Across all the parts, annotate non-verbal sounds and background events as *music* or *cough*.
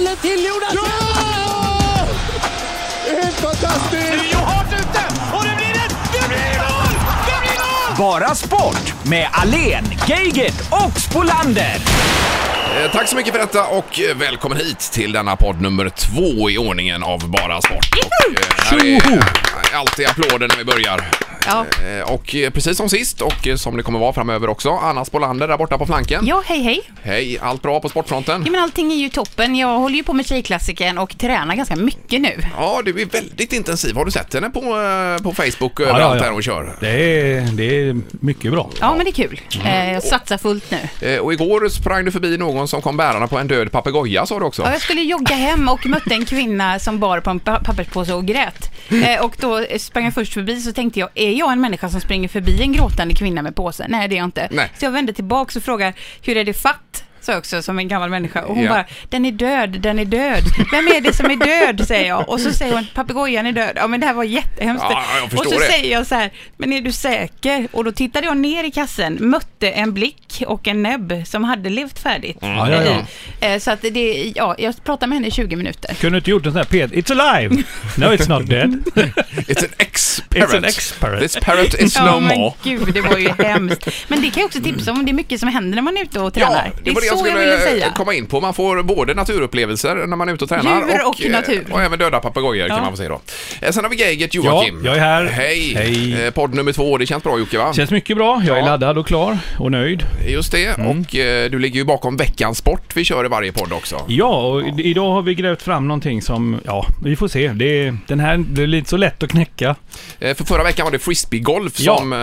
Jonas! Ja! Det är helt fantastiskt! Rio hårt ute och det blir ett... Det blir mål! Det blir mål! Bara sport med Alen, Geigert och Spolander. Eh, Tack så mycket för detta och eh, välkommen hit till denna podd nummer två i ordningen av Bara Sport. Och, eh, här är eh, alltid applåder när vi börjar. Ja. Eh, Och eh, precis som sist och eh, som det kommer vara framöver också, Anna Spolander där borta på flanken. Ja, hej hej. Hej, allt bra på sportfronten? Ja, men allting är ju toppen. Jag håller ju på med Tjejklassikern och tränar ganska mycket nu. Ja, du är väldigt intensiv. Har du sett henne på, eh, på Facebook och ja, överallt ja. där hon kör? Det är, det är mycket bra. Ja, men det är kul. Mm. Eh, Jag satsar fullt nu. Eh, Och igår sprang du förbi någon som kom bärarna på en död papegoja sa du också. Ja, jag skulle jogga hem och mötte en kvinna som bar på en pa- papperspåse och grät. Eh, Och då sprang jag först förbi så tänkte jag, är jag en människa som springer förbi en gråtande kvinna med påse? Nej, det är jag inte. Nej. Så jag vände tillbaka och frågade, hur är det fatt? Sa jag också som en gammal människa. Och hon Ja. bara, den är död, den är död. Vem är det som är död? säger jag. Och så säger hon, papegojan är död. Ja men det här var jättehemskt. Ja, jag förstår och så det. säger jag så här, men är du säker? Och då tittade jag ner i kassen, mötte en blick och en näbb som hade levt färdigt. Ja, ja, ja. Eh, Så att det, ja, jag pratade med henne i 20 minuter. Kunde inte gjort en sån här ped... It's alive! No, it's not dead. It's an ex-parrot. It's an ex-parrot. This parrot is no ja, men more. gud, det var ju hemskt. Men det kan jag också tipsa om, det är mycket som händer när man är ute och tränar. Ja, det var det är jag så jag skulle eh, ville säga. komma in på. Man får både naturupplevelser när man är ute och tränar Djur och eh, natur. och även döda papegojor kan Ja. man få se då. Eh, Sen har vi Geigert Joakim. Ja, jag är här. Hej! Hej. Eh, Podd nummer två, det känns bra Jocke va? Känns mycket bra. Jag är Ja. laddad och klar och nöjd. Just det, Mm. och eh, du ligger ju bakom veckans sport vi kör i varje podd också. Ja, och i- idag har vi grävt fram någonting som, ja, vi får se. Det, är- den här det är lite så lätt att knäcka. Eh, För förra veckan var det frisbeegolf Ja. som eh,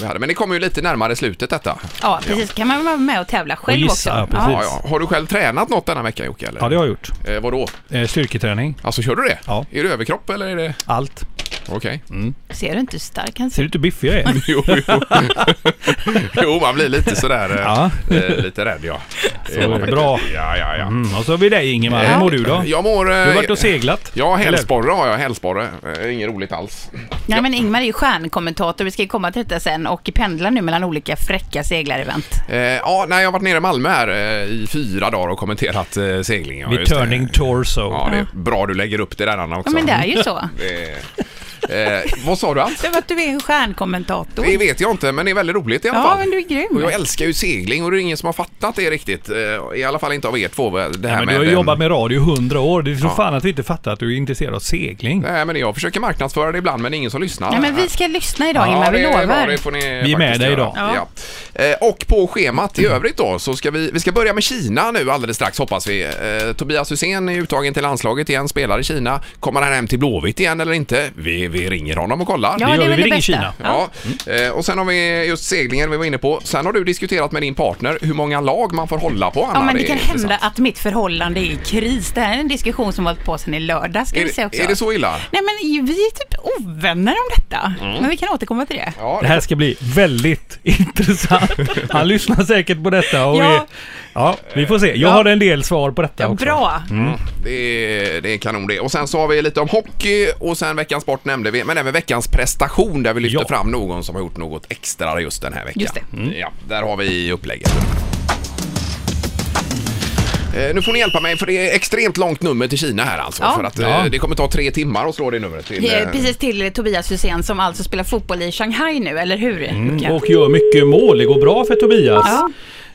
vi hade, men det kommer ju lite närmare slutet detta. Ja, precis. Kan man vara med och tävla själv gissa, också. ja, precis. Ja, ja. Har du själv tränat något denna vecka Jocke? Eller? Ja, det har jag gjort. Eh, vadå? Eh, Styrketräning, Alltså kör du det? Ja. Är det överkropp eller är det... allt. Okej. Ja, Ser du inte hur stark han Ser ser du ut? inte hur biffig jag är? *laughs* Jo, *laughs* jo. jo, man blir lite sådär eh, Ja. eh, lite rädd ja. Så, Eh, man- bra. Ja, ja, ja. Mm, och så har vi dig Ingemar. Hur mår du då? Jag mår... eh, Du har varit och seglat. Ja, Eller? hälsporre har jag. Hälsporre. Eh, Inget roligt alls. Nej, men Ingmar är ju stjärnkommentator, vi ska ju komma till detta sen, och pendlar nu mellan olika fräcka seglarevent. Eh, ja, nej, jag har varit nere i Malmö här eh, i fyra dagar och kommenterat eh, segling. Ja, Vid just det. Turning Torso. Ja, det är bra du lägger upp det där Anna också. Ja, men det är ju så. Det är- eh, vad sa du allt? Det var att du är en stjärnkommentator. Det vet jag inte, men det är väldigt roligt i alla Ja, fall. men du är Och jag grym. älskar ju segling och det är ingen som har fattat det riktigt. eh, I alla fall inte av er två. Det här Ja, men du med har ju den- jobbat med radio i hundra år. Det är så fan att vi inte fattar att du är intresserad av segling. Nej, men jag försöker marknadsföra det ibland, men det är ingen som lyssnar. Nej, men vi ska lyssna idag, Ja, Ingmar, vi det är bra, lovar. det får ni Vi är med faktiskt dig göra. idag. Mm. Ja. Eh, Och på schemat i övrigt då så ska vi, vi ska börja med Kina nu alldeles strax hoppas vi. Eh, Tobias Hysén är uttagen till landslaget igen, spelar i Kina. Kommer han hem till Blåvitt igen eller inte? Vi, vi ringer honom och kollar. Ja, Det det gör vi. är väl Vi det ringer bästa. Kina. Ja, eh, och sen har vi just seglingen vi var inne på. Sen har du diskuterat med din partner hur många lag man får hålla på, Anna. Ja, men det är kan intressant. hända att mitt förhållande är i kris. Det här är en diskussion som har hållit på sedan i lördags, ska vi säga Är, också. det- är det så illa? Nej, men vi är typ ovänner om detta. Mm. Men vi kan återkomma till det. Ja, Det här ska bli väldigt *laughs* intressant. Han lyssnar säkert på detta och Ja. Är, ja, vi får se. Jag har en del svar på detta Ja, också. bra. Mm. Det är, det är kanon det. Och sen så har vi lite om hockey och sen veckans sport nämnde vi, men även veckans prestation där vi lyfter Ja. fram någon som har gjort något extra just den här veckan. Mm. Just det. Ja, där har vi upplägget. Eh, Nu får ni hjälpa mig för det är extremt långt nummer till Kina här alltså. Ja. För att eh, Ja. det kommer ta tre timmar att slå det numret till. Eh, eh, Precis till Tobias Hysén som alltså spelar fotboll i Shanghai nu, eller hur? Mm, Luca? Mm, Och gör mycket mål. Det går bra för Tobias.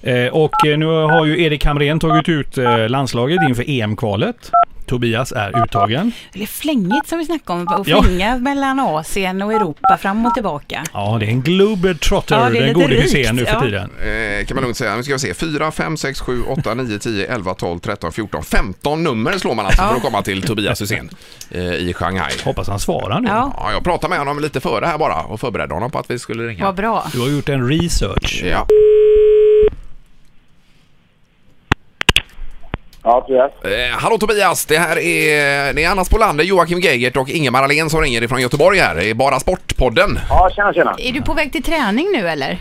Ja. Eh, och eh, nu har ju Erik Hamrén tagit ut eh, landslaget inför EM-kvalet. Tobias är uttagen. Det är flängigt som vi snackade om, att Ja. flänga mellan Asien och Europa fram och tillbaka. Ja, det är en globetrotter, Ja, det är den lite gode rikt, Hysén nu för ja. tiden. eh, Kan man lugnt säga. Nu ska vi se. 4, 5, 6, 7, 8, 9, 10, 11, 12, 13, 14. 15 nummer slår man alltså för att komma till Tobias Hysén eh, i Shanghai. Hoppas han svarar nu. Ja, Ja, jag pratade med honom lite före här bara och förberedde honom på att vi skulle ringa. vad bra. Du har gjort en research. Ja. Ja, Tobias. Eh, hallå Tobias, det här är, det är Anna Spolander, Joakim Geigert och Ingemar Ahlén som ringer ifrån Göteborg här. Det är Bara Sportpodden. Ja, tjena, tjena. Är du på väg till träning nu eller?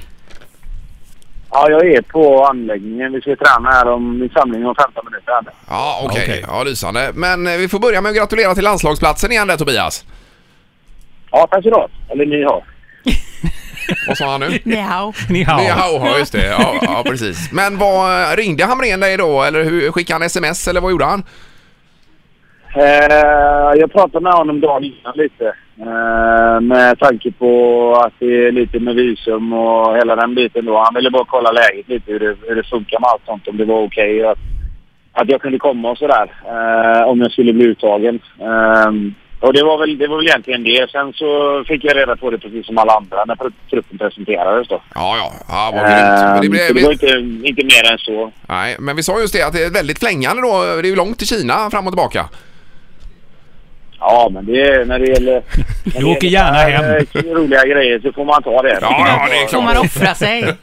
Ja, jag är på anläggningen. Vi ska träna här om min samling om 15 minuter. här. Ja, okej. Okej. Ja, lysande. Men eh, vi får börja med att gratulera till landslagsplatsen igen där Tobias. Ja, tack så du Eller ni har. Vad sa han nu? Njao. Ni hao. *laughs* Ja, ja, just det. Ja, ja, eh, precis. Men vad, ringde Hamrén dig då eller hur, skickade han sms eller vad gjorde han? Eh, jag pratade med honom dagen innan lite. Eh, med tanke på att det är lite med visum och hela den biten då. Han ville bara kolla läget lite, hur det, hur det funkar med allt sånt. Om det var okej att, att jag kunde komma och sådär. Eh, om jag skulle bli uttagen. Eh, och det var, väl, det var väl egentligen det. Sen så fick jag reda på det precis som alla andra när pr- truppen presenterades då. Ja, ja. ja vad grymt. Eh, Men det så det var blev, inte, inte mer än så. nej, men vi sa just det att det är väldigt flängande då. Det är ju långt till Kina fram och tillbaka. Ja, men det när det *laughs* gäller... när det åker gäller gärna så här, hem. eh, Roliga grejer så får man ta det. Ja, ja, det är Får klart. man offra sig?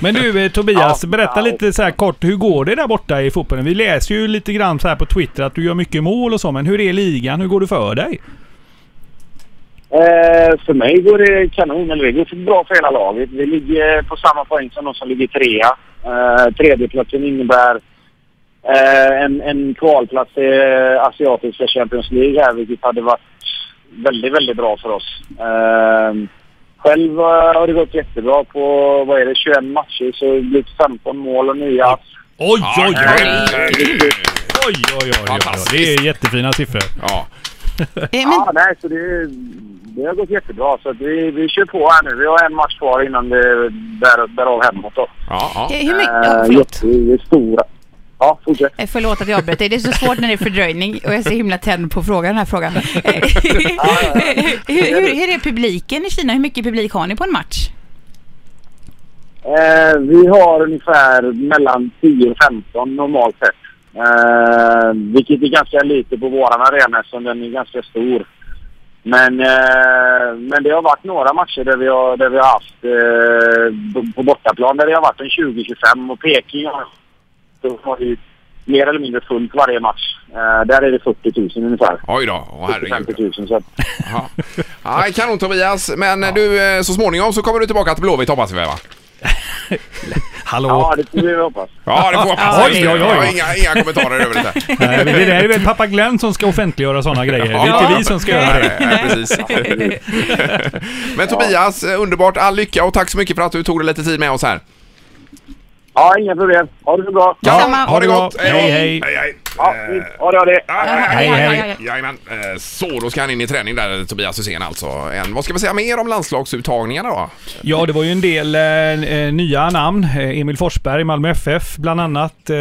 Men du eh, Tobias, Ja, berätta ja. lite så här kort. Hur går det där borta i fotbollen? Vi läser ju lite grann så här på Twitter att du gör mycket mål och så, men hur är ligan? Hur går det för dig? Eh, för mig går det kanon. Eller det går för bra för hela laget. Vi ligger på samma poäng som de som ligger trea. Eh, tredjeplatsen innebär eh, en, en kvalplats i eh, asiatiska Champions League här, vilket hade varit väldigt, väldigt bra för oss. Eh, själv eh, har det gått jättebra på, vad är det, 21 matcher så det har blivit 15 mål och nya ass. Oj, Ja, oj, oj! grymt. Oj, oj, oj, oj, oj. Fantastiskt. Det är jättefina siffror. Ja. Eh, Men Ja, Ah, nej, så det, det har gått jättebra. Så att vi, vi kör på här nu. Vi har en match kvar innan det bär, bär av hemåt. Då. Ja, ja. eh, hur mycket... Eh, Ja, förlåt. jätte- det är stora. Ja, fortsätt. Eh, Förlåt att jag avbröt dig. Det är så svårt när det är fördröjning och jag är så himla tänd på frågan, den här frågan. Eh, *laughs* hur, hur, hur är publiken i Kina? Hur mycket publik har ni på en match? Eh, vi har ungefär mellan 10 och 15 normalt sett. Eh, vilket är ganska lite på våran arena eftersom den är ganska stor. Men, eh, men det har varit några matcher där vi har, där vi har haft eh, på- på bortaplan där det har varit en 20-25 och Peking har då har vi mer eller mindre fullt varje match. Eh, där är det 40 000 ungefär. Oj då, Åh, 50 herregud. 000 så att, Ja. Nej, kanon Tobias, men eh, du, eh, så småningom så kommer du tillbaka till Blåvitt hoppas vi va? Hallå? ja, det får vi hoppas. Ja, det får Oj, hoppas. Just det. oj, oj. Jag har Inga, inga kommentarer över det där. Nej, men det där är väl pappa Glenn som ska offentliggöra sådana grejer. Det är Ja. inte vi som ska göra Nej, det. nej, precis. Men Tobias, eh, underbart. All lycka och tack så mycket för att du tog dig lite tid med oss här. Ja, inga problem. Ha det så bra. Detsamma. ha det Ha det gott. bra. Hej, hej. hej. Ja, Eh, ha det, ha det. ja, ja, ja, Hej, ja, hej. ja, ja. Jajamän. Eh, Så, då ska han in i träning där, Tobias Hysén alltså. En, vad ska vi säga mer om landslagsuttagningarna då? Ja, det var ju en del eh, eh, nya namn. Eh, Emil Forsberg, Malmö FF bland annat, eh,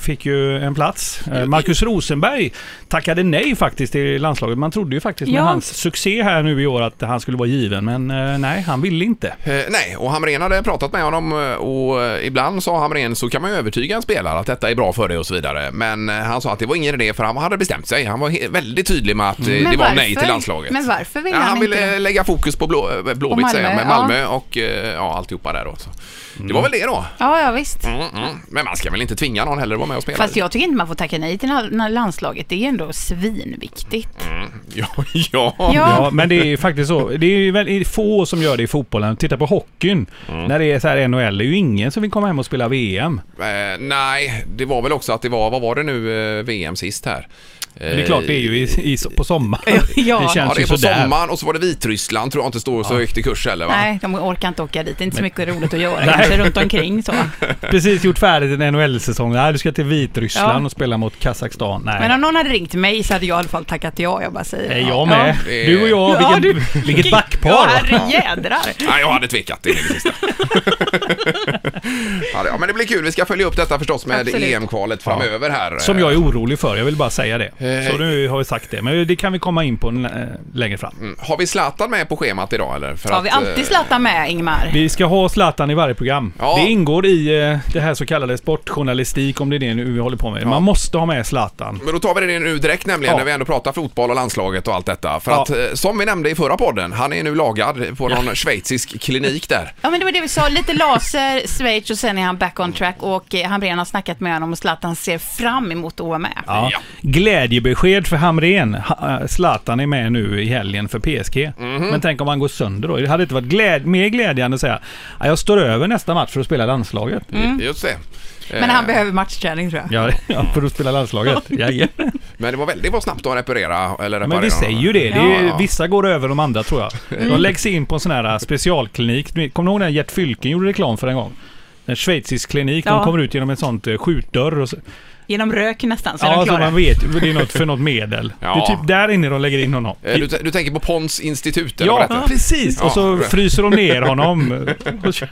fick ju en plats. Eh, Marcus Rosenberg tackade nej faktiskt till landslaget. Man trodde ju faktiskt med Ja. hans succé här nu i år att han skulle vara given, men eh, nej, han ville inte. Eh, nej, och Hamrén hade pratat med honom eh, och eh, ibland sa Hamrén så kan man ju övertyga en spelare att detta är bra för dig och så vidare. Men eh, han sa att det var ingen idé för han hade bestämt sig. Han var he- väldigt tydlig med att eh, det Men var varför? nej till landslaget. Men varför vill Ja, han han inte ville det? eh, lägga fokus på Blå, eh, Och Blåvitt Malmö, säger jag, med ja. Mm. Malmö och eh, ja, alltihopa där då. Så. Det var väl det då. Ja, ja visst. Mm, mm. Men man ska väl inte tvinga någon heller att vara med och spela? Fast jag tycker inte man får tacka nej till na- na- landslaget. Det är ändå svinviktigt. *laughs* Ja, ja. Ja, men det är ju faktiskt så. Det är ju väldigt få som gör det i fotbollen. Titta på hockeyn. Mm. När det är så här NHL, det är ju ingen som vill komma hem och spela VM. Eh, nej, det var väl också att det var, vad var det nu, eh, VM sist här? Det är klart, det är ju i, i, på sommaren. Ja. Det Ja, känns det ju är på sådär. sommaren och så var det Vitryssland tror jag inte står så högt i kurs heller va? Nej, de orkar inte åka dit. Det är inte så mycket roligt att göra kanske runt omkring så. Precis gjort färdigt en NHL-säsong. Nej, du ska till Vitryssland Ja. och spela mot Kazakstan. Nej. Men om någon hade ringt mig så hade jag i alla fall tackat ja. Jag bara säger Nej, det. jag med. det- Du och jag, Ja, vilket, du- vilket backpar! Ja, herrejädrar. Nej, jag hade tvekat. Det är det *laughs* sista. ja, det- ja, men det blir kul. Vi ska följa upp detta förstås med Absolut. EM-kvalet framöver här. Som jag är orolig för, jag vill bara säga det. Eh. Så nu har vi sagt det, men det kan vi komma in på n- eh, längre fram. Mm. Har vi Zlatan med på schemat idag eller? För Har vi att, eh, alltid Zlatan med, Ingmar? Vi ska ha Zlatan i varje program. Ja. Det ingår i eh, det här så kallade sportjournalistik, om det är det nu vi håller på med. Man måste ha med Zlatan. Men då tar vi det nu direkt nämligen Ja. när vi ändå pratar fotboll och landslaget och allt detta. För Ja. att eh, som vi nämnde i förra podden, han är nu lagad på någon schweizisk klinik där. Ja men det var det vi sa, lite laser, Schweiz och sen är han back on track och eh, Hamrén har snackat med honom och Zlatan ser fram emot att vara med. Ja. Ja. Glädjebesked för Hamrén. Ha- eh, Zlatan är med nu i helgen för PSG. Mhm. Men tänk om han går sönder då? Det hade inte varit gläd mer glädjande att säga "Ja, jag står över nästa match för att spela landslaget. Mm. Just det. Men han behöver matchträning tror jag. Eh. Ja, *laughs* ja, för att spela landslaget. Jajamän. *laughs* Men det var väldigt vad snabbt att reparera. Eller reparera Men vi säger ju det. det är, Ja. Vissa går över de *laughs* andra tror jag. De läggs in på en sån här äh, specialklinik. Ni- Kommer ni ihåg när Gert Fylking gjorde reklam för en gång? En schweizisk klinik. Ja. De kommer ut genom en sånt eh, äh, skjutdörr. Och så. Genom rök nästan så är Ja, de så klara. man vet. Det är något för något medel. *laughs* Ja. Det är typ där inne de lägger in honom. Eh, Du, du tänker på Pons institut? eller vad det Ja, heter? precis. Och så Ja. fryser de *laughs* ner honom. Och så,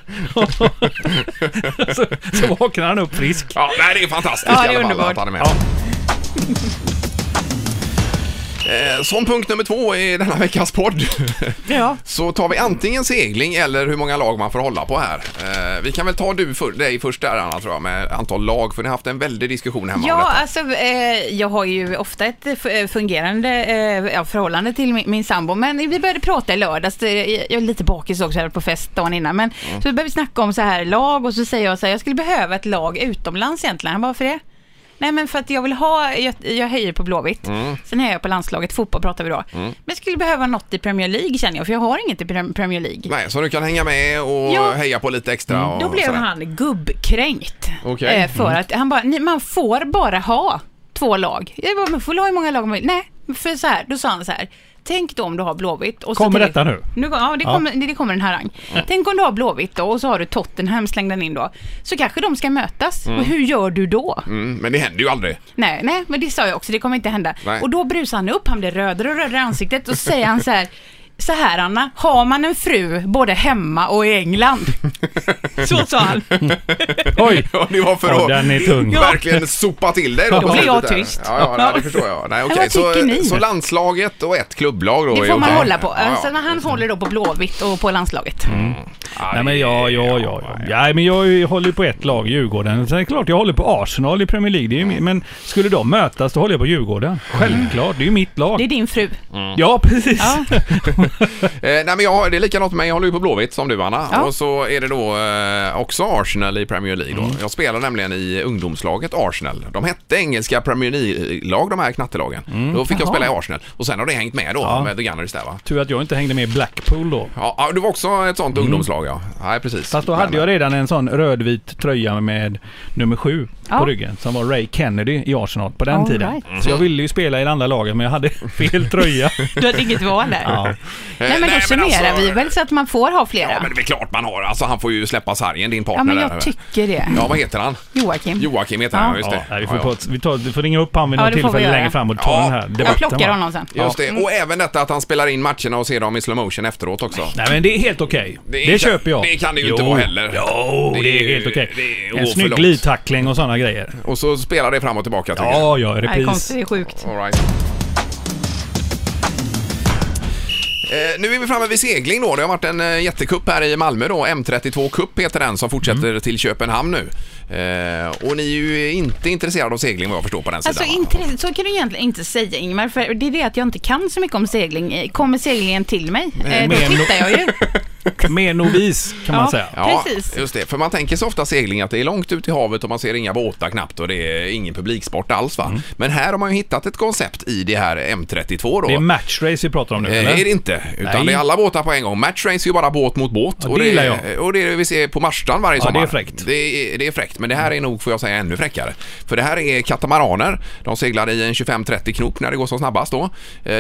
så vaknar han upp frisk. Ja, nej, det är fantastiskt Ja, det är i alla fall underbart. att han är med. Eh, Som punkt nummer två i denna veckas podd *laughs* Ja. så tar vi antingen segling eller hur många lag man får hålla på här. Eh, Vi kan väl ta du för, dig först där Anna tror jag med antal lag för ni har haft en väldig diskussion hemma om Ja, detta. alltså eh, jag har ju ofta ett eh, f- eh, fungerande eh, ja, förhållande till min, min sambo, men vi började prata i lördags, Det- jag jag är lite bakis också, jag var på fest dagen innan, men så började vi snacka om så här lag och så säger jag så här, jag skulle behöva ett lag utomlands egentligen, han bara, varför det? Nej men för att jag vill ha, jag, jag hejar på Blåvitt, sen hejar jag på landslaget, fotboll pratar vi då. Men jag skulle behöva något i Premier League känner jag, för jag har inget i Pre- Premier League. Nej, så du kan hänga med och Ja. Mm. heja på lite extra. Och Då blev sådär. han gubbkränkt. Okej. Mm. Eh, För att han bara, "Ni- man får bara ha två lag. Jag bara, man får ha hur många lag man vill. Nej, för så här, då sa han så här. Tänk då om du har Blåvitt. Och så Kommer till- detta nu? nu ja, det Ja. kommer, det kommer en harang. Tänk om du har Blåvitt då och så har du Tottenham slängd in då. Så kanske de ska mötas. Och hur gör du då? Mm, men det händer ju aldrig. Nej, nej, men det sa jag också, det kommer inte hända. Nej. Och då brusar han upp, han blir rödare och rödare i ansiktet och så säger han så här, så här Anna, har man en fru både hemma och i England? *laughs* så sa han. Oj! Ja, det var för Ja, att den är tung. *laughs* verkligen sopa till dig. Då Då på blir jag slutet där. tyst. Ja, ja, nej, det förstår jag. Nej, Men okej. vad tycker Så, ni? så landslaget och ett klubblag då Det är får man okej. hålla på. Ja, Mm. ja. Så han håller då på Blåvitt och på landslaget. Nej men ja, ja, ja. ja. Nej, men jag håller ju på ett lag, Djurgården. Sen är det klart jag håller på Arsenal i Premier League. Det är ju, min- men skulle de mötas, då håller jag på Djurgården. Självklart, det är ju mitt Det lag. är din fru. Ja, precis. Ja. Eh, nej men jag, det är likadant med mig, jag håller ju på Blåvitt som du Anna. Ja. Och så är det då eh, också Arsenal i Premier League. Då. Mm. Jag spelar nämligen i ungdomslaget Arsenal. De hette engelska Premier League-lag de här knattelagen. Då fick jag Jaha. spela i Arsenal. Och sen har det hängt med då Mm. Ja. med The Gunners där va. Tur att jag inte hängde med i Blackpool då. Ja, ja, det var också ett sånt ungdomslag ja. Nej precis. Mm. Fast då hade Men- jag redan en sån rödvit tröja med nummer sju Ja. på ryggen som var Ray Kennedy i Arsenal på den All tiden. right. Så jag ville ju spela i det andra laget men *laughs* jag hade fel tröja. Du hade inget val där. Ja. Eh, Nej men då summerar alltså- vi väl så att man får ha flera. Ja, men det är klart man har. Alltså han får ju släppa sargen, din partner. Ja men där. jag tycker det. Ja, vad heter han? Joakim. Joakim heter Ja. han, just Ja, det. nej, vi, får Ja, ja. på, vi, tar, vi får ringa upp han vid Ja, något det får vi tillfälle göra. längre fram och ta Ja. den här debatten. Jag plockar va? honom sen. Just det, och även detta att han spelar in matcherna och ser dem i slow motion efteråt också. Nej men det är helt okej. Det Det, är- köper jag. det kan det ju Jo. inte vara heller. Jo, det, Det är är ju- helt okej. det är- åh, En snygg förlåt. glidtackling och sådana grejer. Och så spelar det fram och tillbaka tycker jag. Ja, ja, Nej, repris. konstigt, det är sjukt. All right. Eh, Nu är vi framme vid segling då. Det har varit en eh, jättekupp här i Malmö då. M32 Cup heter den som fortsätter till Köpenhamn nu. Eh, och ni är ju inte intresserade av segling vad jag förstår på den Alltså sidan. va? intresse, så kan du egentligen inte säga Ingmar, för det är det att jag inte kan så mycket om segling. Eh, Kommer seglingen till mig, eh, då men- tittar jag *laughs* ju. Mer novis kan man Ja. säga. Ja, Precis. just det. För man tänker så ofta segling att det är långt ut i havet och man ser inga båtar knappt och det är ingen publiksport alls va. Mm. Men här har man ju hittat ett koncept i det här M32 då. Det är matchrace vi pratar om nu Eh, eller? är det inte, utan Nej. det är alla båtar på en gång. Matchrace är ju bara båt mot båt. Ja, det gillar jag. Och det är det vi ser på Marstrand varje Ja, sommar. det är fräckt. Det är, det är fräckt, men det här är nog, får jag säga, ännu fräckare. För det här är katamaraner. De seglar i en 25-30 knop när det går som snabbast då. Eh,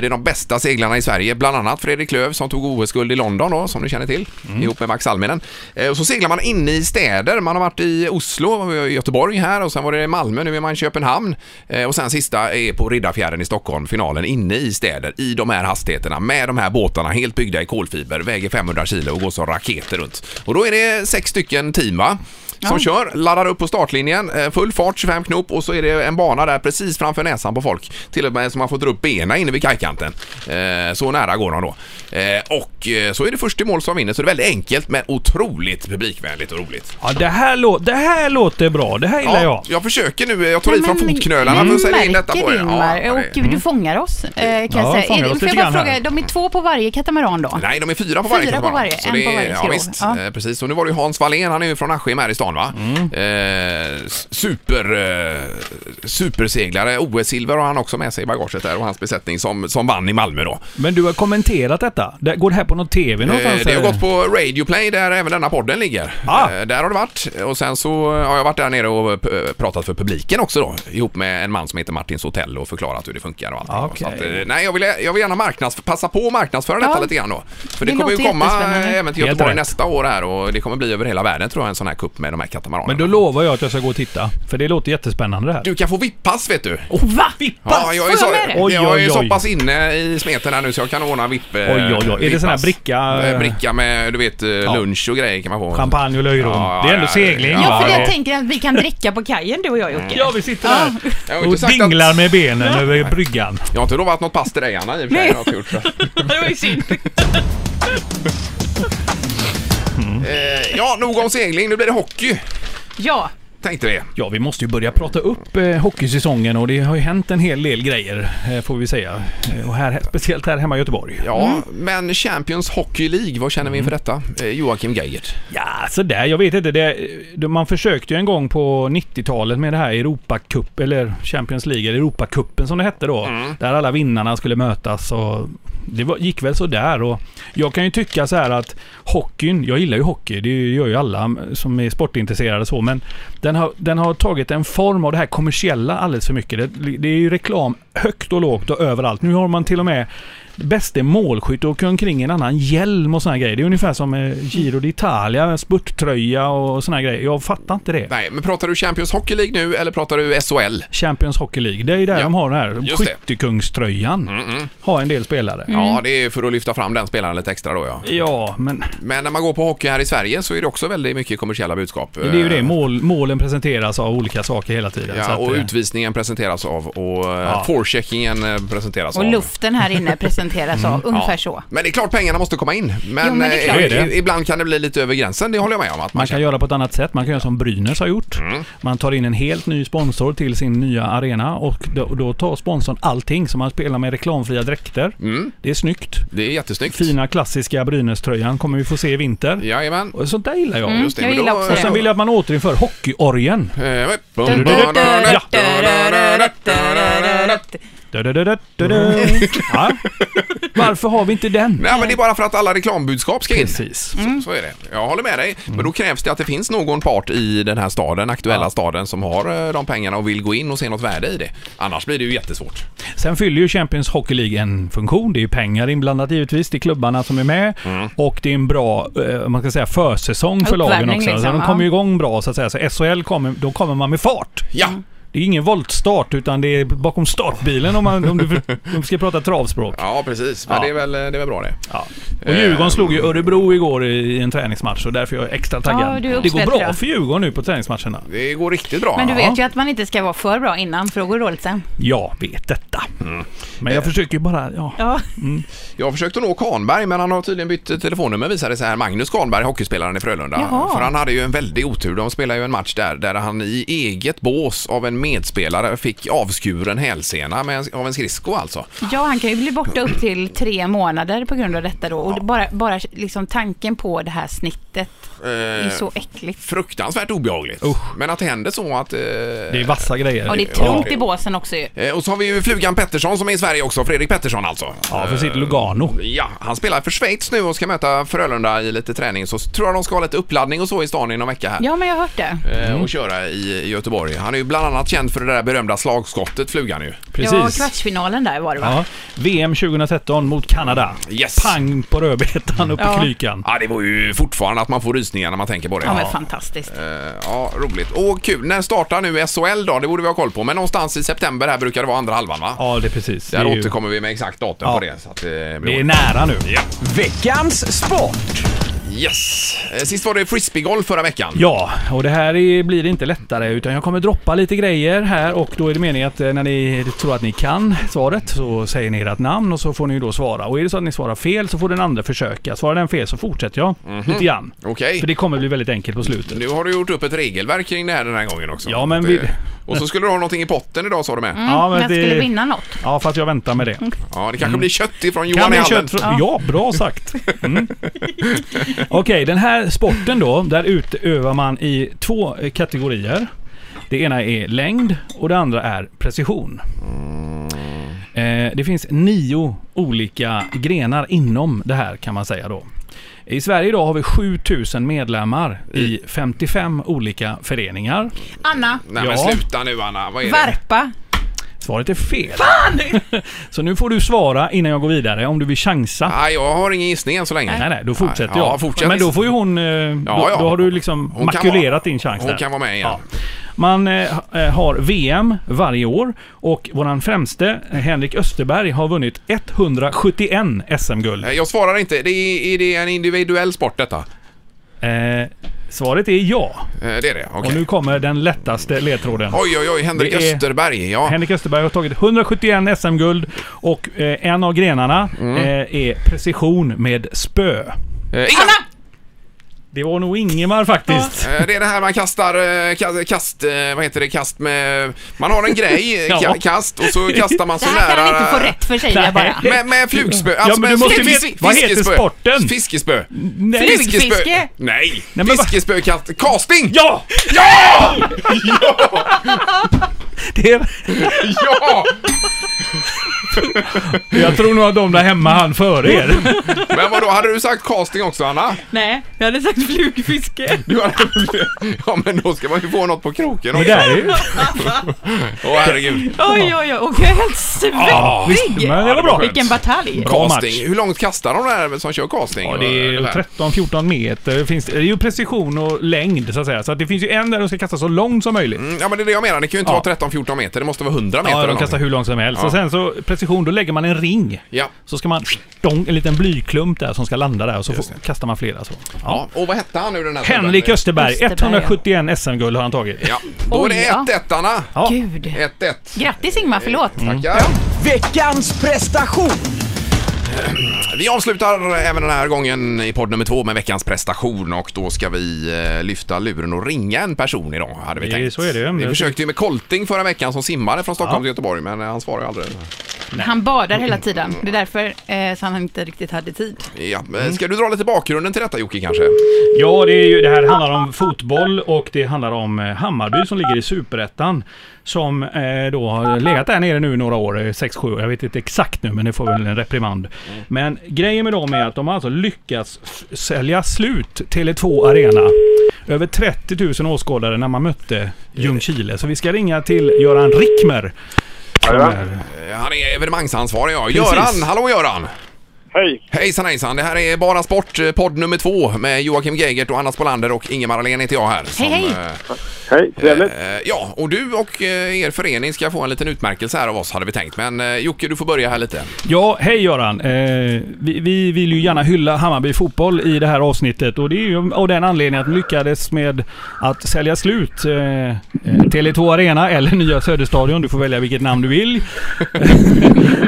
Det är de bästa seglarna i Sverige, bland annat Fredrik Lööf som tog OS-guld i London då, som ni känner till, ihop med Max Alminen. Eh, Och så seglar man inne i städer. Man har varit i Oslo, eh, Göteborg här och sen var det Malmö, nu är man i Köpenhamn. Eh, Och sen sista är på Riddarfjärden i Stockholm, finalen inne i städer i de här hastigheterna med de här båtarna helt byggda i kolfiber, väger 500 kilo och går som raketer runt. Och då är det sex stycken team va? Som kör, laddar upp på startlinjen, eh, full fart 25 knop och så är det en bana där precis framför näsan på folk. Till och med så man får dra upp benen inne vid kajkanten. Eh, Så nära går de då. Eh, Och eh, så är det först i mål som vinner så det är väldigt enkelt men otroligt publikvänligt och roligt. Ja, det här, lå- det här låter bra. Det här gillar jag. jag försöker nu, eh, jag tar Nej, i från men- fotknölarna men för att sälja in detta märker på er. det, Ingmar, Ja, Mm. ja, det- och du fångar oss, eh, kan Ja, jag fångar säga. oss Är- Får lite jag grann bara här. fråga, de är två på varje katamaran då? Nej, de är fyra på varje Fyra på katamaran. varje, Så en det på är- varje ja, skrov. visst. Ja. Mm. Eh, Precis, och nu var det ju Hans Wallén, han är ju från Askim här i stan va? Eh, s- super, eh, superseglare, OS-silver har han också med sig i bagaget där och hans besättning som, som vann i Malmö då. Men du har kommenterat detta. Det- Går det här på någon TV någonstans? Eh, det har eller? gått på Radio Play där även denna podden ligger. Ah. Eh, där har det varit och sen så har jag varit där nere och p- pratat för publiken också då ihop med en man som heter Martin Sotell och förklarat hur det funkar och allt. Ah, Så okej. att, eh, nej, jag vill, jag vill gärna marknads, passa på att marknadsföra detta Ja. lite grann då. För det, Det kommer ju låter komma jättespännande. eh, även till Helt Göteborg rätt. nästa år här och det kommer bli över hela världen tror jag en sån här cup med de här katamaranerna. Men då lovar jag att jag ska gå och titta. För det låter jättespännande det här. Du kan få vipppass vet du. Va? Ja, jag är, så, Får jag med dig? Oj, jag är oj, så oj. pass inne i smeten här nu så jag kan ordna vipp... eh, Oj, oj, oj. Är det sån här vipppass. bricka, eh, Eh, Bricka med, du vet, eh, lunch och grejer kan man få. Champagne och löjrom. Ja, det är ändå ja, segling. ja, Ja, för va? jag tänker att vi kan dricka på kajen du och jag Jocke. Ja, vi sitter där Jag har, och inte sagt dinglar att, med benen över bryggan. jag har inte lovat något pass till dig Anna i och för sig. Nej. Jag har inte gjort så. det var ju synd. Eh, ja, nog om segling. Nu blir det hockey. Ja, Tänkte det. Ja, vi måste ju börja prata upp eh, hockeysäsongen och det har ju hänt en hel del grejer, eh, får vi säga. Eh, och här, speciellt här hemma i Göteborg. Ja, men Champions Hockey League, vad känner vi Mm. inför detta? Eh, Joakim Geigert. Ja, sådär. Jag vet inte. Det, det- man försökte ju en gång på 90-talet med det här Europacup, eller Champions League, eller Europacupen som det hette då. Där alla vinnarna skulle mötas och det var, gick väl sådär. Och jag kan ju tycka så här att hockeyn, jag gillar ju hockey, det gör ju alla som är sportintresserade så, men den har, den har tagit en form av det här kommersiella alldeles för mycket. Det, det är ju reklam högt och lågt och överallt. Nu har man till och med bäste målskytt och åker omkring i en annan hjälm och såna här grejer. Det är ungefär som eh, Giro d'Italia, en spurttröja och såna här grejer. Jag fattar inte det. Nej, men pratar du Champions Hockey League nu eller pratar du SHL? Champions Hockey League, det är ju där Ja, de har den här just det. Mm, skyttekungströjan. Har en del spelare. Ja, det är för att lyfta fram den spelaren lite extra då ja. Ja, men Men när man går på hockey här i Sverige så är det också väldigt mycket kommersiella budskap. det är ju det. Mål, målen presenteras av olika saker hela tiden. så Eh. Ja, att, och eh, utvisningen presenteras av och ja. Ja. forecheckingen eh, presenteras och av. luften här inne presenteras Mm. av, ungefär så. Men det är klart pengarna måste komma in. Men, Jo, men det är eh, klart. Det är det. i- ibland kan det bli lite över gränsen, det håller jag med om. Att man Man kan göra på ett annat sätt. Man kan göra som Brynäs har gjort. Mm. Man tar in en helt ny sponsor till sin nya arena och då, då tar sponsorn allting. Så man spelar med reklamfria dräkter. Mm. Det är snyggt. Det är jättesnyggt. Fina klassiska Brynäs-tröjan kommer vi få se i vinter. Jajamän. Och sånt där gillar jag. Mm, Just det, jag men gillar då- också Och det. sen vill jag att man återinför hockeyorgeln. Eh, vad- Du, du, du, du, du, du. *laughs* Ja. Varför har vi inte den? Nej, men det är bara för att alla reklambudskap ska in. Precis. Mm. Mm. Så är det. Jag håller med dig. Men då krävs det att det finns någon part i den här staden, aktuella staden, som har eh, de pengarna och vill gå in och se något värde i det. Annars blir det ju jättesvårt. Sen fyller ju Champions Hockey League en funktion. Det är ju pengar inblandat givetvis. Det är klubbarna som är med. Mm. Och det är en bra, eh, man ska säga, försäsong för lagen Uppvärmning också. så liksom, de ja. kommer ju igång bra så att säga. Så SHL kommer, då kommer man med fart. Ja, Det är ingen voltstart utan det är bakom startbilen om, man, om, du, om du ska prata travspråk. ja precis. Men Ja. Det, är väl, eh, det är väl bra det. Ja. Eh. Och Djurgården slog ju Örebro igår i en träningsmatch och därför är jag extra Ja, taggad. du är det går bra uppspettrad. för Djurgården nu på träningsmatcherna. Det går riktigt bra. Men du Ja. vet ju att man inte ska vara för bra innan för då går det dåligt sen. Jag vet detta. Mm. Men jag försöker ju bara... Ja. Ja. Jag försökte nå Kahnberg men han har tydligen bytt telefonnummer visar det sig här. Magnus Kahnberg, hockeyspelaren i Frölunda. Jaha. För han hade ju en väldig otur. De spelade ju en match där, där han i eget bås av en medspelare fick avskuren hälsena med en, av en skridsko alltså. ja, han kan ju bli borta upp till tre månader på grund av detta då. Och bara, bara liksom tanken på det här snittet är Eh, så äckligt. fruktansvärt obehagligt. Usch. Men att det händer så att... Eh, Det är vassa grejer. Och det är trångt i båsen också ju. eh, och så har vi ju flugan Pettersson som är i Sverige också, Fredrik Pettersson alltså. Ja, för sitt Lugano. Ja, han spelar för Schweiz nu och ska möta Frölunda i lite träning. Så tror jag de ska ha lite uppladdning och så i stan i någon vecka här. Ja, men jag har hört det. eh, Mm. och köra i Göteborg. Han är ju bland annat känd för det där berömda slagskottet, flugan ju. Ja, Precis. kvartsfinalen där var det va? Ja. VM 2013 mot Kanada. Yes. Pang på rödbetan uppe Ja. i klykan. Ja, det var ju fortfarande att man får rysningar när man tänker på det. Ja, men fantastiskt. Eh, ja, roligt. Och kul. När startar nu SHL då? Det borde vi ha koll på. Men någonstans i september här brukar det vara andra halvan va? Ja, det är precis. Det Där är, ju, återkommer vi med exakt datum Ja. på det. Så att eh, det, det är blir... nära nu. Ja. Veckans sport. Yes! Eh, Sist var det frisbeegolf förra veckan. och det här är, blir inte lättare utan jag kommer droppa lite grejer här och då är det meningen att eh, när ni tror att ni kan svaret så säger ni ert namn och så får ni ju då svara. Och är det så att ni svarar fel så får den andra försöka. Svarar den fel så fortsätter jag lite grann. Okej. Mm. För det kommer bli väldigt enkelt på slutet. Nu har du gjort upp ett regelverk kring det här den här gången också. Ja, men Att, vi- Mm. eh, Och så skulle du ha någonting i potten idag sa du med. Ja, Men jag Mm, skulle vinna något. Ja, fast jag väntar med det. Ja, det kanske blir kött ifrån Mm. Kan Johan i vi hallen. kött från... ja. bra sagt. *laughs* Mm. Okej, den här sporten då, där utövar man i två eh, kategorier. Det ena är längd och det andra är precision. Mm. Eh, det finns nio olika grenar inom det här kan man säga då. I Sverige idag har vi 7000 medlemmar Mm. i 55 olika föreningar. Anna, Nej Ja. men sluta nu Anna, vad är det? varpa. Svaret är fel. *laughs* Så nu får du svara innan jag går vidare om du vill chansa. Nej, jag har ingen gissning än så länge. Nej, nej, då fortsätter Ja, jag. fortsätt. Men då får ju hon... eh, då, ja. då har du liksom Hon kan makulerat vara- din chans hon där. kan vara med igen. Man eh, ha- eh, har VM varje år och våran främste, eh, Henrik Österberg, har vunnit 171 SM-guld. Eh, Jag svarar inte. Det är, är det en individuell sport detta? Eh, Eh, svaret är ja. Det är det, okej. Och nu kommer den lättaste ledtråden. Oj, oj, oj, Henrik Det är- Österberg. Ja. Henrik Österberg har tagit 171 SM-guld och eh, en av grenarna Mm. eh, är precision med spö. Eh, Ingemar! Det var nog Ingemar faktiskt. Eh, Det är det här man kastar, eh, kast, kast, eh, vad heter det, kast med... Man har en *laughs* grej, eh, ka- Ja. kast, och så kastar man *laughs* Det så här kan nära... han inte få rätt för sig Nej. jag bara. Med, med flugspö, alltså Ja, men med du måste fiske- veta- fis- vad heter fiskespö. sporten? Fiskespö. Nej. Flug- Flugfiske? Nej! men vad- Fiskespökast... Casting! Ja! Ja! *laughs* Det är... Ja! Jag tror nog att de där hemma han före *laughs* er. Men vadå, hade du sagt casting också Anna? Nej, jag hade sagt flugfiske. Du hade... *laughs* Ja men då ska man ju få något på kroken Men också. det är ju... Åh herregud. Oj, oj, oj. Och jag är helt Ja, visst, svettig. men det var bra. Vilken batalj. Bra match. Casting. Hur långt kastar de där som kör casting? Ja, det är Och- ju och här? 13-14 meter. Finns, det är ju precision och längd så att säga. Så att det finns ju en där de ska kasta så långt som möjligt. Mm, Ja men det är det jag menar, det kan ju inte Ja. vara 13-14 meter, det måste vara 100 meter Ja, eller de kastar någonting. hur långt som helst. Och sen så precision, då lägger man en ring. Ja. Så ska man stång, en liten blyklump där som ska landa där och så får, kastar man flera så. Ja. Ja. Och vad hette han nu den här Henrik snubben? Österberg, Österberg, 171 SM-guld har han tagit. Ja, då är det Oj, ja. 1-1 Anna. Ja. Mm. Gud. 1-1. Grattis Ingmar, förlåt. Tackar. Veckans prestation! Vi avslutar även den här gången i podd nummer två med veckans prestation och då ska vi eh, lyfta luren och ringa en person idag hade vi Det- tänkt. så är det ju. Vi Det- försökte ju med Kolting förra veckan som simmade från Stockholm till Göteborg men eh, han svarade ju aldrig. Mm. Han badar hela tiden. Det är därför eh, så han inte riktigt hade tid. Ja. men Ska du dra lite bakgrunden till detta Jocke kanske? Ja, det, är ju, det här handlar om fotboll och det handlar om eh, Hammarby som ligger i Superettan. Som eh, då har legat där nere nu i några år, eh, 6-7 jag vet inte exakt nu men det får väl en reprimand. Men grejen med dem är att de har alltså lyckats f- sälja slut Tele2 Arena. Över 30 000 åskådare när man mötte Ljungskile. Så vi ska ringa till Göran Rickmer. som är- Eh, Han är evenemangsansvarig ja. Precis. Göran, hallå Göran! Hej! Hejsan hejsan, det här är Bara Sport, eh, podd nummer två med Joakim Geigert och Anna Spolander och Ingemar Ahlén heter jag här. som, hej. eh, Hej, trevligt. Eh, Ja, och du och eh, er förening ska få en liten utmärkelse här av oss hade vi tänkt. Men eh, Jocke, du får börja här lite. Ja, hej Göran. Eh, vi, vi vill ju gärna hylla Hammarby fotboll i det här avsnittet och det är ju av den anledningen att de lyckades med att sälja slut eh, eh, Tele2 Arena eller nya Söderstadion. Du får välja vilket namn du vill. *laughs*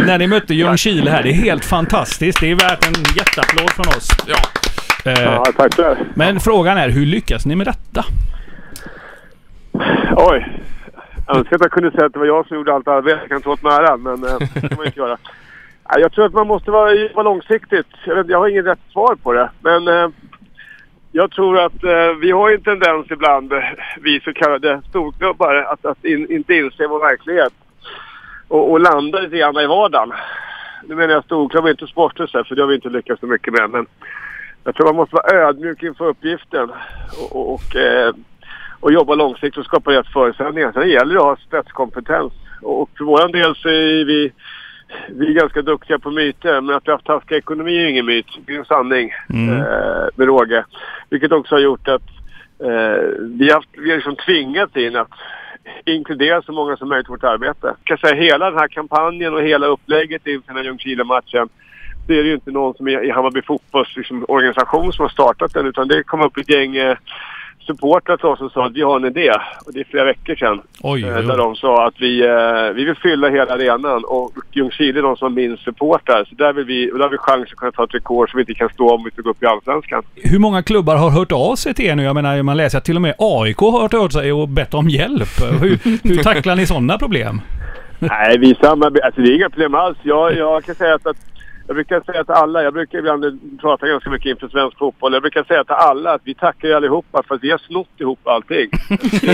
När ni mötte Ljungskile här. Det är helt fantastiskt. Det är värt en jätteapplåd från oss. Ja, Eh, Ja, tackar. men frågan är, hur lyckas ni med detta? Oj. Jag önskar att jag kunde säga att det var jag som gjorde allt arbete. Jag kan ta åt mig äran, men eh, det kan man ju inte göra. Nej, Jag tror att man måste vara, jobba långsiktigt. Jag, vet, jag har inget rätt svar på det. Men eh, jag tror att eh, vi har ju en tendens ibland, eh, vi så kallade storklubbar, att, att in, inte inse vår verklighet. Och, och landa lite grann i vardagen. Nu menar jag storklubb, inte sporter, så här, för det har vi inte lyckats så mycket med. Men jag tror man måste vara ödmjuk inför uppgiften. Och, och, och eh, och jobba långsiktigt och skapa rätt förutsättningar. Sen gäller det att ha spetskompetens. Och för vår del så är vi, vi är ganska duktiga på myter, men att vi har haft taskig ekonomi är ingen myt. Det är en sanning Mm. eh, med råge. Vilket också har gjort att eh, vi, har haft, vi har liksom tvingats in att inkludera så många som möjligt i vårt arbete. Jag kan säga hela den här kampanjen och hela upplägget inför den här Ljungskile-matchen det är det ju inte någon som är i Hammarby fotbolls liksom, organisation som har startat den utan det kom upp ett gäng eh, supportrar till oss som sa att vi har en idé. Och det är flera veckor sedan. Oj, Eh, där de sa att vi, eh, vi vill fylla hela arenan och Ljungskile är de som har minst supportrar. Så där, vill vi, och där har vi chans att kunna ta ett rekord som vi inte kan stå om vi ska gå upp i Allsvenskan. Hur många klubbar har hört av sig till er nu? Jag menar, man läser att till och med AIK har hört av sig och bett om hjälp. Hur, hur tacklar ni sådana problem? Nej, vi samarbetar. Alltså, det är inga problem alls. Jag, jag kan säga att, att jag brukar säga till alla, jag brukar ibland prata ganska mycket inför svensk fotboll. Jag brukar säga till alla att vi tackar ju allihopa för att vi har snott ihop allting.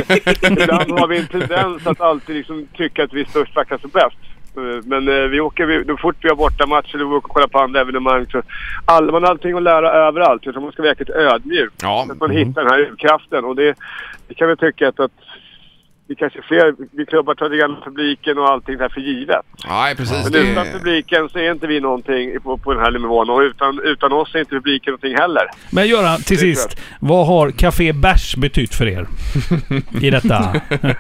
ibland har vi en tendens att alltid liksom tycka att vi är störst, vackrast och bäst. Eh, Men eh, vi åker, vi, då fort vi har bortamatch eller vi åker och kollar på andra evenemang så all, man har allting att lära överallt. Jag tror man ska vara jäkligt ödmjuk. ja. Att man hittar den här urkraften och det, det kan vi tycka att, att det kanske är fler vi klubbar tar det gamla publiken och allting där för givet. Nej, precis. Men Det, utan publiken så är inte vi någonting på, på den här nivån och utan, utan oss är inte publiken någonting heller. Men Göran, till Det är sist. Vad har Café Bärs betytt för er? *laughs* I detta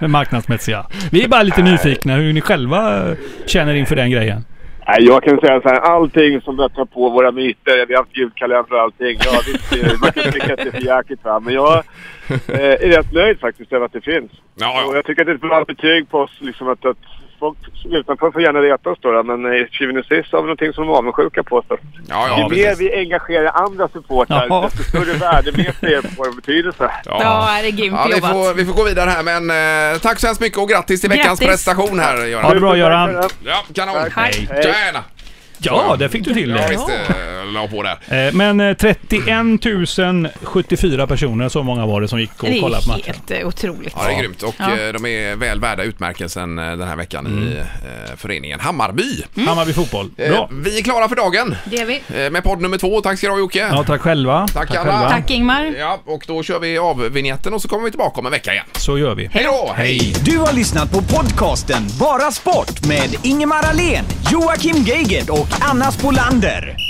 marknadsmässiga. Vi är bara lite nyfikna hur ni själva känner inför den grejen. Nej, jag kan säga så här, allting som bättrar på våra myter, vi har haft julkalender och allting. Ja, visst, eh, man kan tycka att det är för jäkligt va, men jag eh, är rätt nöjd faktiskt över att det finns. Ja, ja. Och jag tycker att det är ett bra betyg på oss, liksom att, att folk utanför får gärna reta oss då, då, men eh, i tjuven och sist har vi någonting som de är avundsjuka på oss. Då. ja, ju ja, mer precis. vi engagerar andra supportrar, Jaha. desto större värde vet vi på vår betydelse. Ja, det är grymt Ja, vi, jobbat. får, vi får gå vidare här, men eh, tack så hemskt mycket och grattis till veckans Grattis. prestation här, Ha det Göran. bra Göran! Ja, kanon. Hej. Tjena! Ja, där fick du till Ja, det. visst, eh, la på där. Eh, Men eh, 31 074 personer, så många var det som gick och Det kollade på är matchen. helt eh, otroligt. Ja, det är grymt. Och Ja. eh, de är väl värda utmärkelsen eh, den här veckan i eh, föreningen Hammarby. Mm. Hammarby fotboll. Eh, Mm. Bra! Vi är klara för dagen Det är vi. eh, med podd nummer två. Tack ska du ha Jocke. Ja, tack själva. Tack alla. själva. Tack Ingmar. Ja, och då kör vi av vignetten och så kommer vi tillbaka om en vecka igen. Så gör vi. Hej då! Hej! Du har lyssnat på podcasten Bara Sport med Ingemar Ahlén, Joakim Geigert och Anna Spolander.